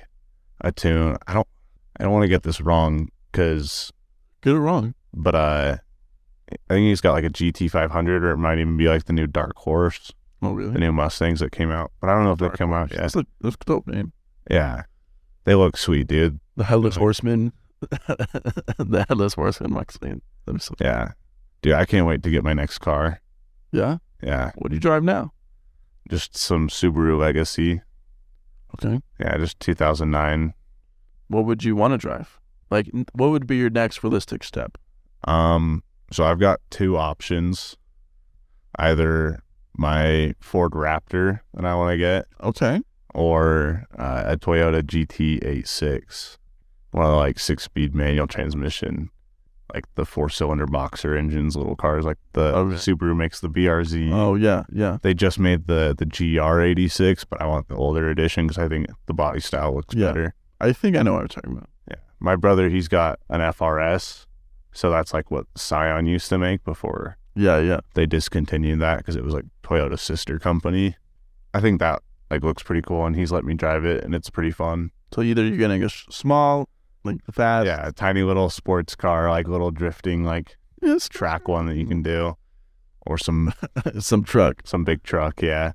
A: a tune. I don't I don't want to get this wrong cuz
B: Get it wrong.
A: but uh I think he's got like a GT500 or it might even be like the new Dark Horse,
B: Oh, really?
A: the new Mustangs that came out. But I don't know if they
B: Dark
A: come out
B: Horse.
A: yet.
B: That's a that's a dope name.
A: Yeah. They look sweet, dude.
B: The Headless Horseman. [laughs] the headless horseman Maxine. Let me see.
A: Yeah. Dude, I can't wait to get my next car.
B: Yeah.
A: Yeah.
B: What do you drive now?
A: Just some Subaru Legacy.
B: Okay.
A: Yeah, just 2009.
B: What would you want to drive? Like, n- what would be your next realistic step?
A: Um, so I've got two options. Either my Ford Raptor that I want to get
B: Okay.
A: or uh, a Toyota GT86. One of the like six-speed manual transmission, like the four-cylinder boxer engines, little cars like the
B: Okay.
A: Subaru makes the BRZ.
B: Oh yeah, yeah.
A: They just made the the GR86, but I want the older edition because I think the body style looks
B: Yeah.
A: better.
B: I think I know what you're talking about.
A: Yeah. My brother, he's got an FRS. So that's like what Scion used to make before
B: Yeah, yeah.
A: they discontinued that because it was like Toyota's sister company. I think that like looks pretty cool and he's let me drive it and it's pretty fun.
B: So either you're gonna go sh- small, like fast.
A: yeah, a tiny little sports car, like little drifting like
B: Yes.
A: track one that you can do or some
B: [laughs]
A: [laughs]
B: Some truck.
A: some big truck, yeah.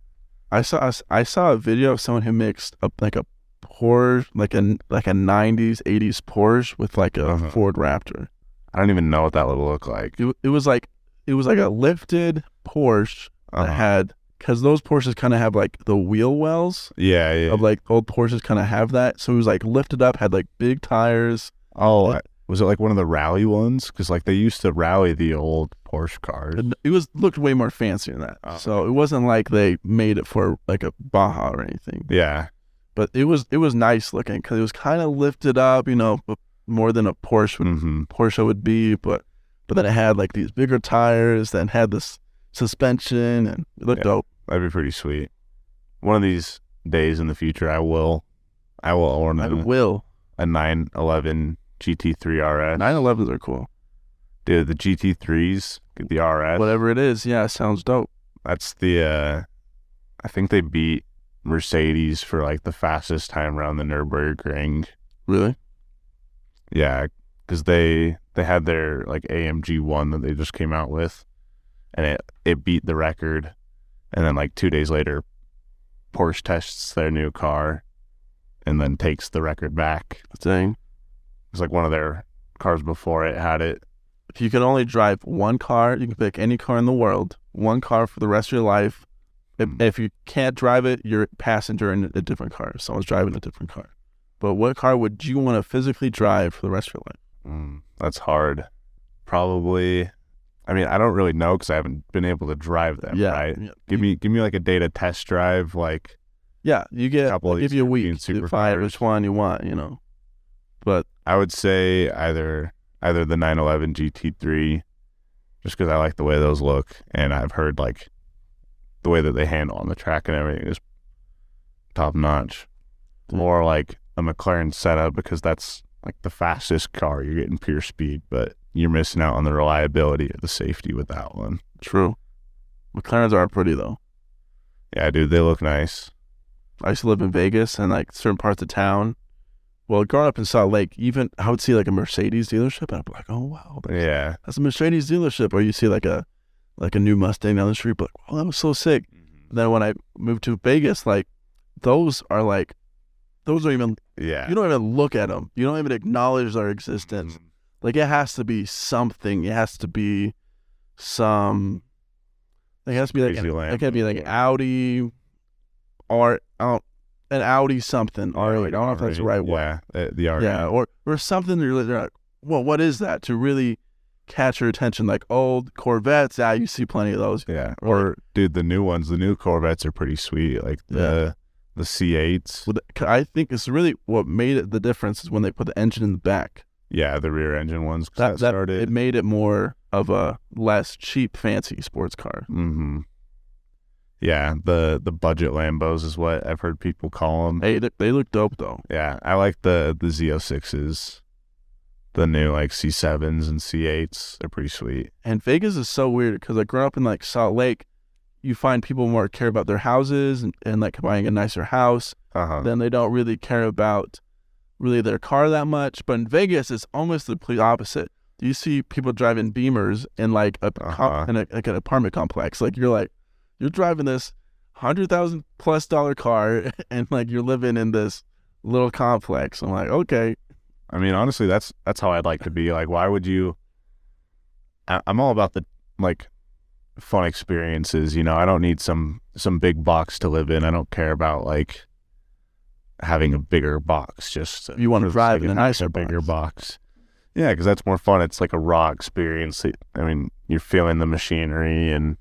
B: I saw I saw a video of someone who mixed up like a Porsche, like a like a '90s '80s Porsche with like a
A: Uh-huh.
B: Ford Raptor.
A: I don't even know what that would look like.
B: It, it was like it was like a lifted Porsche that
A: Uh-huh.
B: had because those Porsches kind of have like the wheel wells
A: Yeah, yeah.
B: of like old Porsches kind of have that. So it was like lifted up, had like big tires.
A: Oh, I- was it like one of the rally ones? Because like they used to rally the old Porsche cars.
B: And It was looked way more fancy than that.
A: Oh.
B: So it wasn't like they made it for like a Baja or anything.
A: Yeah,
B: But it was it was nice looking because it was kind of lifted up, you know, but more than a Porsche would
A: hmm
B: Porsche would be, but but then it had like these bigger tires, then had this suspension, and it looked
A: Yeah.
B: dope.
A: that'd be pretty sweet. One of these days in the future, I will, I will own
B: I
A: a,
B: will.
A: a 911 GT3 RS.
B: 911s are cool.
A: Dude, the GT3s, get the RS.
B: Whatever it is, yeah, it sounds dope.
A: That's the. uh I think they beat Mercedes for like the fastest time around the Nurburgring.
B: Really?
A: Yeah, because they they had their like AMG one that they just came out with, and it it beat the record, and then like two days later, Porsche tests their new car, and then takes the record back.
B: Dang.
A: It's like one of their cars before it had it.
B: If you could only drive one car, you can pick any car in the world, one car for the rest of your life. If,
A: Hmm.
B: if you can't drive it, you're a passenger in a different car. Someone's driving a different car. But what car would you want to physically drive for the rest of your life?
A: Mm, that's hard. Probably, I mean, I don't really know because I haven't been able to drive them. right?
B: yeah.
A: Give me give me like a day to test drive. Like
B: Yeah, you
A: a
B: get
A: couple of
B: give
A: these
B: you a
A: European
B: week to find
A: supercars.
B: which one you want, you know. But
A: I would say either either the 911 GT3, just because I like the way those look, and I've heard like the way that they handle on the track and everything is top notch.
B: Mm.
A: Or like a McLaren setup because that's like the fastest car. You're getting pure speed, but you're missing out on the reliability or the safety with that one.
B: true, McLarens are pretty though.
A: Yeah, dude, they look nice.
B: I used to live in Vegas and like certain parts of town. Well, growing up in Salt Lake, even I would see like a Mercedes dealership, and I'd be like, "Oh wow, that's-
A: Yeah,
B: that's a Mercedes dealership." Or you see like a like a new Mustang down the street, but like, "Wow, that was so sick." Then when I moved to Vegas, like those are like those are even
A: yeah.
B: you don't even look at them, you don't even acknowledge their existence.
A: Mm-hmm.
B: Like it has to be something. It has to be some. It has to be like
A: Crazy
B: an,
A: lamp.
B: it could be like an Audi, or out an Audi something. Or I don't know if that's the right word.
A: Yeah, uh, the, the R8.
B: Yeah, or or something that you're like, they're like, well, what is that to really catch your attention? Like old Corvettes, yeah, you see plenty of those.
A: Yeah.
B: Or
A: Or dude, the new ones, the new Corvettes are pretty sweet. Like the the C eights.
B: With- I think it's really what made it the difference is when they put the engine in the back.
A: Yeah, the rear engine ones. 'cause
B: That,
A: That,
B: that
A: started.
B: it made it more of a less cheap, fancy sports car.
A: mm-hmm. Yeah, the the budget Lambos is what I've heard people call them.
B: Hey, they, they look dope though.
A: Yeah, I like the the Z06s, the new like C7s and C8s. They're pretty sweet.
B: And Vegas is so weird because like growing up in like Salt Lake, you find people more care about their houses and, and like buying a nicer house.
A: Uh huh.
B: Then they don't really care about really their car that much. But in Vegas, it's almost the complete opposite. You see people driving Beamers in like a co-
A: Uh-huh.
B: in a, like an apartment complex. Like you're like you're driving this hundred thousand [laughs] plus dollar car and like you're living in this little complex. I'm like okay,
A: I mean, honestly, that's that's how I'd like to be. Like, why would you? I, I'm all about the like fun experiences. You know, I don't need some some big box to live in. I don't care about like having a bigger box. Just
B: You wanna
A: for the
B: drive
A: sake
B: in
A: of
B: a nicer
A: having a bigger box. Yeah, because that's more fun. It's like a raw experience. I mean, you're feeling the machinery and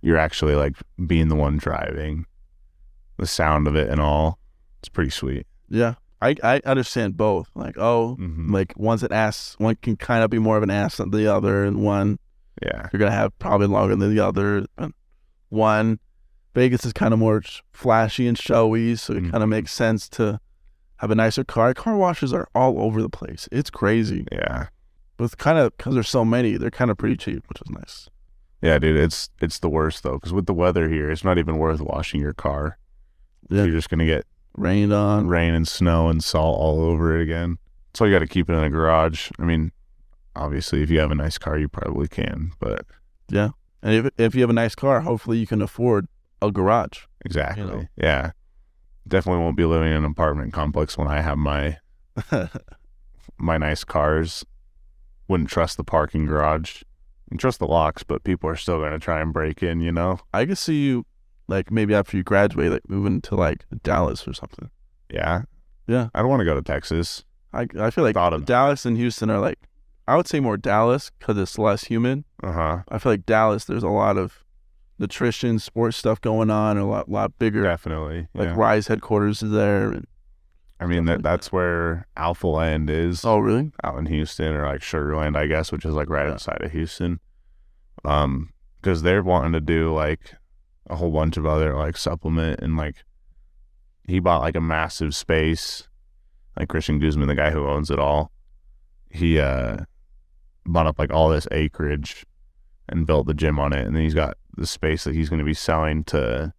A: you're actually like being the one driving, the sound of it and all. It's pretty sweet.
B: Yeah. I, I understand both. Like, oh,
A: Mm-hmm.
B: like one's an ass, one can kind of be more of an ass than the other, and one
A: Yeah.
B: you're gonna have probably longer than the other. And One, Vegas is kind of more sh- flashy and showy, so it
A: Mhm.
B: kind of makes sense to have a nicer car. Car washes are all over the place. It's crazy,
A: Yeah.
B: but kind of because there's so many, they're kind of pretty cheap, which is nice.
A: Yeah, dude, it's it's the worst though, because with the weather here, it's not even worth washing your car.
B: Yeah.
A: You're just gonna get
B: Rained on,
A: rain and snow and salt all over it again. So you got to keep it in a garage. I mean, obviously, if you have a nice car, you probably can, but
B: and if if you have a nice car, hopefully you can afford a garage.
A: exactly,
B: know.
A: yeah, definitely won't be living in an apartment complex when I have
B: [laughs]
A: my my nice cars. Wouldn't trust the parking garage. And trust the locks, but people are still gonna try and break in. You know?
B: I could see you, like maybe after you graduate, like moving to like Dallas or something.
A: Yeah.
B: Yeah.
A: I don't want to go to Texas.
B: I I feel like
A: Thought of that.
B: Dallas and Houston are like, I would say more Dallas because it's less humid.
A: Uh huh.
B: I feel like Dallas, there's a lot of nutrition, sports stuff going on, a lot, lot bigger.
A: Definitely.
B: Like
A: yeah.
B: Rise headquarters is there. And,
A: I mean
B: Stuff
A: that
B: like
A: that's where Alpha Land is
B: oh, really?
A: out in Houston or like Sugar Land, I guess, which is like right
B: Yeah.
A: outside of Houston. Um, because they're wanting to do like a whole bunch of other like supplement and like he bought like a massive space. Like Christian Guzman, the guy who owns it all, he uh bought up like all this acreage and built the gym on it, and then he's got the space that he's going to be selling to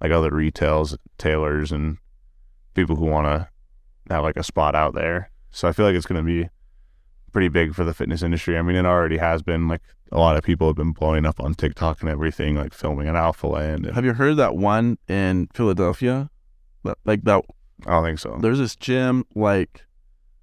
A: like other retails, tailors, and people who want to have like a spot out there. So I feel like it's going to be pretty big for the fitness industry. I mean, it already has been. Like a lot of people have been blowing up on TikTok and everything, like filming an alpha land. And
B: Have you heard that one in Philadelphia? But, Like that,
A: I don't think so.
B: there's this gym, like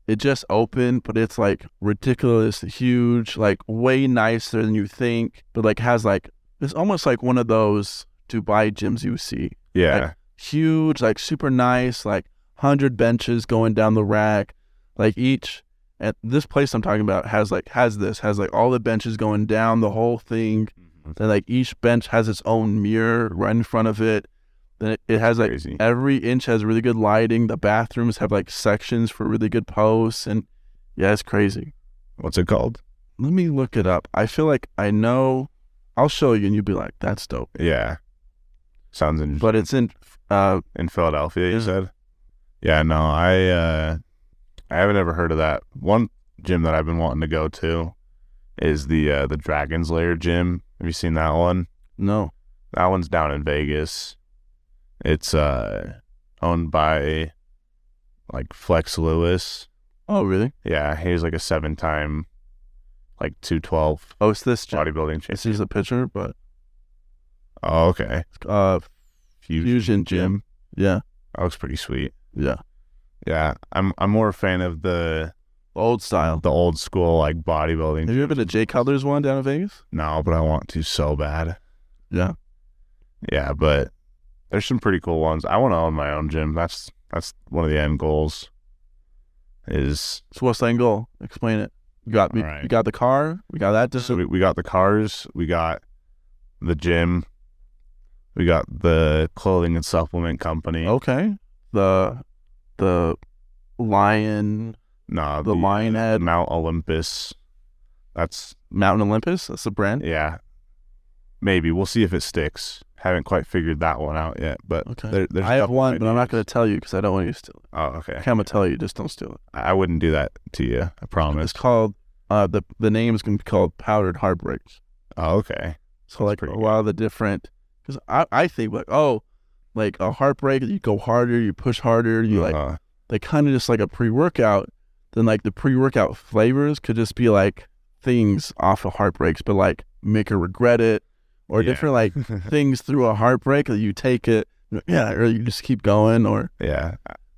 B: it just opened, but it's like ridiculous, huge, like way nicer than you think, but like has like, it's almost like one of those Dubai gyms you see.
A: Yeah,
B: huge, like super nice, like hundred benches going down the rack, like each. And this place I'm talking about has like has this has like all the benches going down the whole thing. Then like each bench has its own mirror right in front of it. Then it, it has like
A: crazy.
B: every inch has really good lighting. The bathrooms have like sections for really good posts, and yeah, it's crazy.
A: What's it called?
B: Let me look it up. I feel like I know. I'll show you, and you'll be like, "That's dope."
A: Yeah, sounds in
B: But it's in uh,
A: in Philadelphia. You
B: Is it?
A: said. Yeah, no, I uh, I haven't ever heard of that. One gym that I've been wanting to go to is the uh, the Dragons Lair gym. Have you seen that one?
B: no.
A: That one's down in Vegas. It's uh owned by like Flex Lewis.
B: Oh, really?
A: Yeah, he was like a seven time like two twelve
B: Oh, it's this gym.
A: bodybuilding champion.
B: It's just a picture, but
A: Oh, okay.
B: uh,
A: Fusion.
B: Fusion Gym. Yeah,
A: That looks pretty sweet.
B: yeah,
A: Yeah. I'm I'm more a fan of the
B: old style.
A: the old school like bodybuilding.
B: Have you ever been to Jay Cutler's one down in Vegas?
A: No, but I want to so bad.
B: Yeah.
A: Yeah, but there's some pretty cool ones. I want to own my own gym. That's that's one of the end goals. Is
B: So what's the end goal? Explain it. You got me.
A: All right.
B: You got the car. We got that.
A: So we, we got the cars, we got the gym, we got the clothing and supplement company.
B: okay. The the lion,
A: nah,
B: the lion head,
A: Mount Olympus. That's
B: Mountain Olympus. That's the brand.
A: yeah. Maybe we'll see if it sticks. Haven't quite figured that one out yet, but
B: Okay.
A: there, there's a
B: I have
A: couple
B: one, but I'm not going
A: ideas.
B: to tell you because I don't want you to steal it.
A: Oh, okay.
B: Okay, I'm going to tell you. Just don't steal it.
A: I I wouldn't do that to you. I promise.
B: It's called uh the the name is going to be called Powdered Heartbreaks.
A: Oh, okay.
B: So like a
A: pretty
B: lot of the different, because I, I think like oh, like a heartbreak, you go harder, you push harder, you like
A: Uh,
B: [laughs] they kind of just like a pre workout. Then like the pre workout flavors could just be like things off of heartbreaks, but like make her regret it, or
A: Yeah.
B: different
A: [laughs]
B: like things through a heartbreak that you take it, yeah, or you just keep going, or
A: yeah.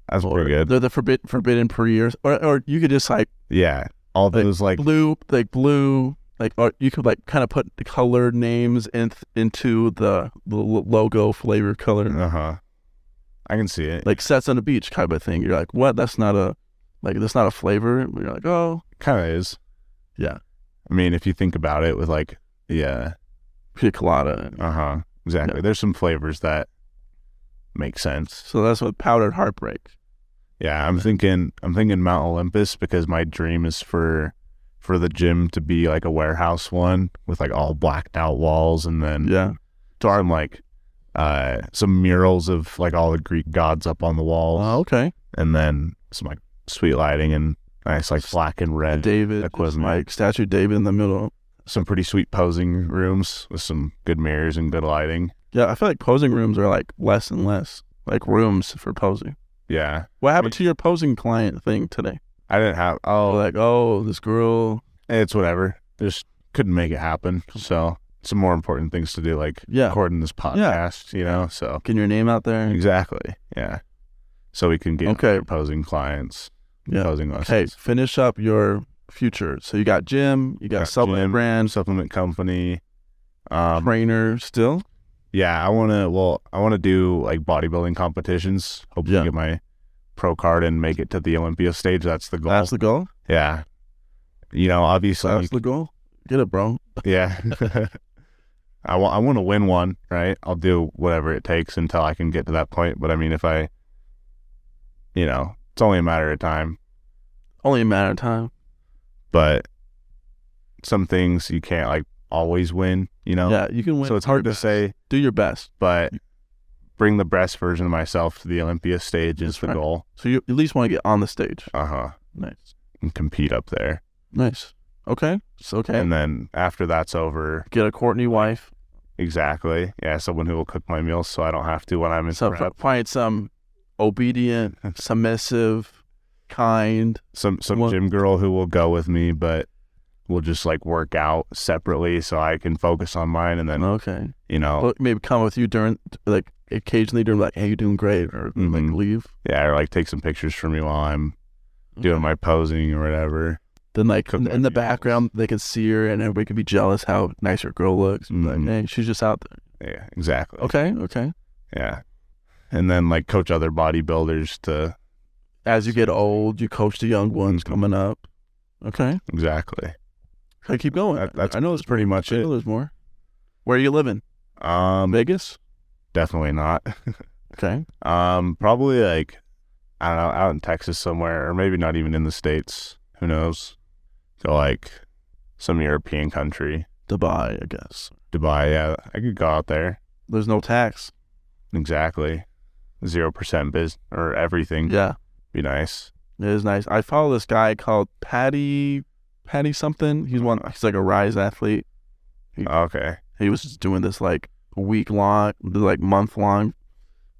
A: That's
B: or
A: pretty good.
B: They're the forbid, forbidden per year, or or you could just like
A: Yeah. All
B: Like,
A: those like
B: blue, like blue, like or you could like kind of put the colored names in into the, the lo- logo flavor color,
A: uh huh. I can see it.
B: like sets on the beach kind of thing. You're like, what? That's not a like that's not a flavor. But you're like, oh,
A: kind of is.
B: Yeah.
A: I mean, if you think about it, with like yeah,
B: pina colada.
A: uh huh, exactly. There's some flavors that make sense.
B: So that's what powdered heartbreak.
A: Yeah, I'm thinking I'm thinking Mount Olympus because my dream is for for the gym to be like a warehouse one with like all blacked out walls and then
B: Yeah,
A: some like uh some murals of like all the Greek gods up on the walls
B: Oh, okay.
A: and then some like sweet lighting and nice like black and red
B: David,
A: that was
B: just,
A: me.
B: like statue of David in the middle.
A: some pretty sweet posing rooms with some good mirrors and good lighting.
B: Yeah, I feel like posing rooms are like less and less like rooms for posing.
A: Yeah.
B: What happened to your posing client thing today?
A: I didn't have oh
B: Like, oh, this girl.
A: it's whatever. Just couldn't make it happen. So some more important things to do, like
B: Yeah.
A: recording this podcast, you know. So
B: Getting your name out there.
A: exactly, yeah. So we can get
B: Okay.
A: posing clients,
B: Yeah.
A: posing
B: Okay,
A: lessons.
B: finish up your future. So you got gym, you got,
A: Got
B: supplement
A: gym,
B: brand,
A: Supplement company. Um,
B: trainer still.
A: yeah, I want to. Well, I want to do like bodybuilding competitions. Hopefully,
B: Yeah.
A: get my pro card and make it to the Olympia stage. That's the goal.
B: That's the goal.
A: yeah. You know, obviously,
B: That's the goal. Get it, bro. [laughs]
A: Yeah. I want I want to win one, right? I'll do whatever it takes until I can get to that point, but I mean if I you know, it's only a matter of time,
B: Only a matter of time.
A: but some things you can't like always win, you know?
B: Yeah, you can win.
A: so it's hard to say,
B: Do your best.
A: but bring the best version of myself to the Olympia stage is
B: That's
A: the
B: right.
A: goal.
B: So you at least want to get on the stage.
A: Uh-huh.
B: Nice.
A: And compete up there.
B: Nice. Okay. So okay.
A: And then after that's over,
B: get a Courtney wife.
A: exactly. Yeah, someone who will cook my meals so I don't have to when I'm in
B: So
A: prep.
B: find some
A: [laughs]
B: obedient, submissive, kind.
A: some some
B: Well-
A: gym girl who will go with me, but we'll just like work out separately so I can focus on mine and Oh. then
B: Okay.
A: you know
B: Well, maybe come with you during, like, occasionally during, like, hey, you're doing great, or
A: Mhm.
B: like leave.
A: yeah or like take some pictures for me while I'm doing my posing or whatever.
B: Then, like,
A: Cook
B: in,
A: my
B: in the
A: meals.
B: background, they can see her and everybody can be jealous how nice your girl looks. And be
A: Mhm.
B: Like, hey, she's just out there.
A: Yeah, exactly.
B: Okay. Okay.
A: Yeah, and then like coach other bodybuilders to
B: As you get old, you coach the young ones
A: Mhm.
B: coming up. Okay.
A: exactly.
B: I keep going.
A: That, that's
B: I know there's
A: pretty much
B: I know
A: it.
B: there's more. Where are you living?
A: Um,
B: Vegas?
A: definitely not. [laughs]
B: Okay.
A: um, probably like I don't know out in Texas somewhere or maybe not even in the states. Who knows? Go like some European country.
B: Dubai, I guess.
A: Dubai, yeah, I could go out there.
B: There's no tax.
A: Exactly. Zero percent biz or everything.
B: Yeah.
A: Be nice.
B: It is nice. I follow this guy called Patty Patty something.
A: Mm-hmm.
B: He's one he's like a rise athlete.
A: Okay.
B: He was just doing this like week long like month long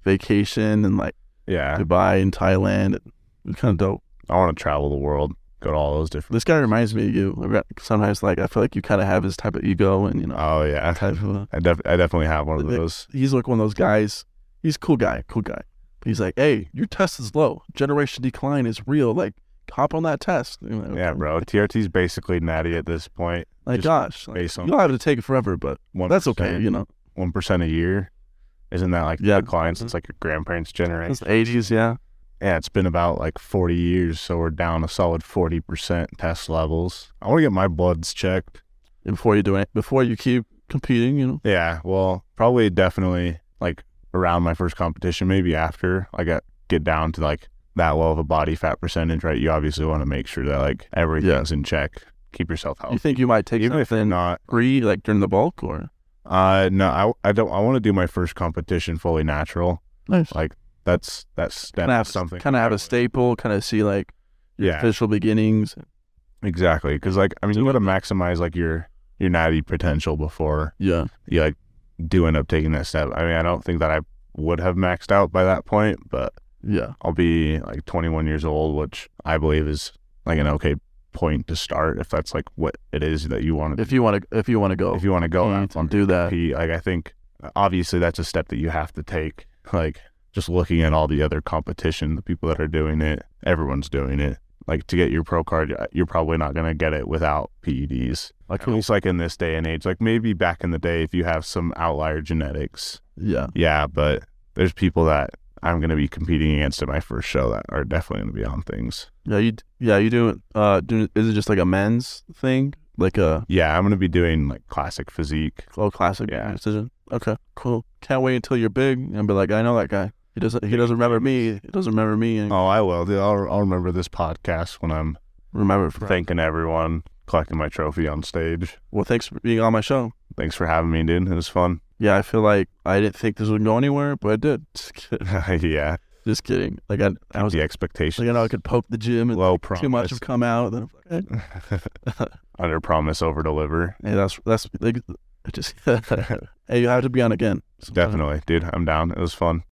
B: vacation in like
A: Yeah.
B: Dubai and Thailand. It was kinda dope.
A: I want to travel the world, go to all those different.
B: This guy reminds me of you. Sometimes like I feel like you kinda have his type of ego and you know [laughs]
A: Oh, yeah.
B: type of
A: I, def- I definitely have one of
B: Like-
A: those.
B: he's like one of those guys. He's a cool guy, cool guy. He's like, hey, your test is low. Generation decline is real. Like, hop on that test. And you're like,
A: Yeah,
B: okay.
A: bro. TRT's basically natty at this point.
B: Like,
A: just
B: gosh, like,
A: based on-
B: you'll have to take it forever, but
A: One
B: that's okay. You know,
A: One percent a year. Isn't that like
B: Yeah.
A: the clients? It's like your grandparents' generation.
B: it's the 80s, yeah.
A: Yeah, it's been about like 40 years, so we're down a solid 40% test levels. I want to get my bloods checked.
B: And before you do it, before you keep competing, you know,
A: Yeah, well, probably definitely like around my first competition, maybe after I got get down to like that low of a body fat percentage, right? You obviously want to make sure that like everything's in check. Keep yourself
B: you
A: healthy.
B: think you might take
A: Oh. Even if
B: something
A: not,
B: free, like during the bulk or
A: uh, no, I, I don't. I want to do my first competition fully natural.
B: nice.
A: Like that's that's
B: Kind of have
A: that's something.
B: Kind of have
A: I
B: a
A: would-
B: staple, kind of see like your
A: Yeah.
B: official beginnings.
A: Exactly, because like I mean, you got to maximize like your your natty potential before
B: Yeah.
A: you like do end up taking that step. I mean, I don't think that I would have maxed out by that point, but
B: Yeah.
A: I'll be like 21 years old, which I believe is like an okay point to start if that's like what it is that you want to
B: If you want to, if you want to go,
A: if you want to go
B: and
A: out on
B: do that,
A: uh, compete. Like I think obviously that's a step that you have to take. [laughs] Like just looking at all the other competition, the people that are doing it, everyone's doing it. Like to get your pro card, uh, you're probably not going to get it without PEDs. Like at least like in this day and age, like maybe back in the day, if you have some outlier genetics,
B: Yeah.
A: yeah. But there's people that I'm going to be competing against at my first show that are definitely going to be on things.
B: Yeah, you d- yeah, you doing uh doing is it just like a men's thing? Like a
A: Yeah, I'm going to be doing like classic physique.
B: oh, classic
A: Yeah.
B: decision? Okay, cool. Can't wait until you're big and be like, I know that guy. He doesn't he doesn't remember me. He doesn't remember me and
A: Oh, I will. dude. I'll I'll remember this podcast when I'm
B: remember for
A: thanking everyone, collecting my trophy on stage.
B: Well, thanks for being on my show.
A: Thanks for having me, dude. It was fun. [laughs]
B: Yeah, I feel like I didn't think this would go anywhere, but it did. [laughs] Just kidding.
A: yeah,
B: Just kidding. Like I, I
A: that
B: was
A: was the
B: like,
A: expectation.
B: I know I could poke the gym and
A: Low
B: too
A: promise,
B: much have come out. Then I'm like, eh,
A: [laughs]
B: [laughs]
A: under promise, over deliver.
B: hey, that's [laughs] that's like, I just hey, you have to be on again. sometime.
A: Definitely, dude. I'm down. It was fun.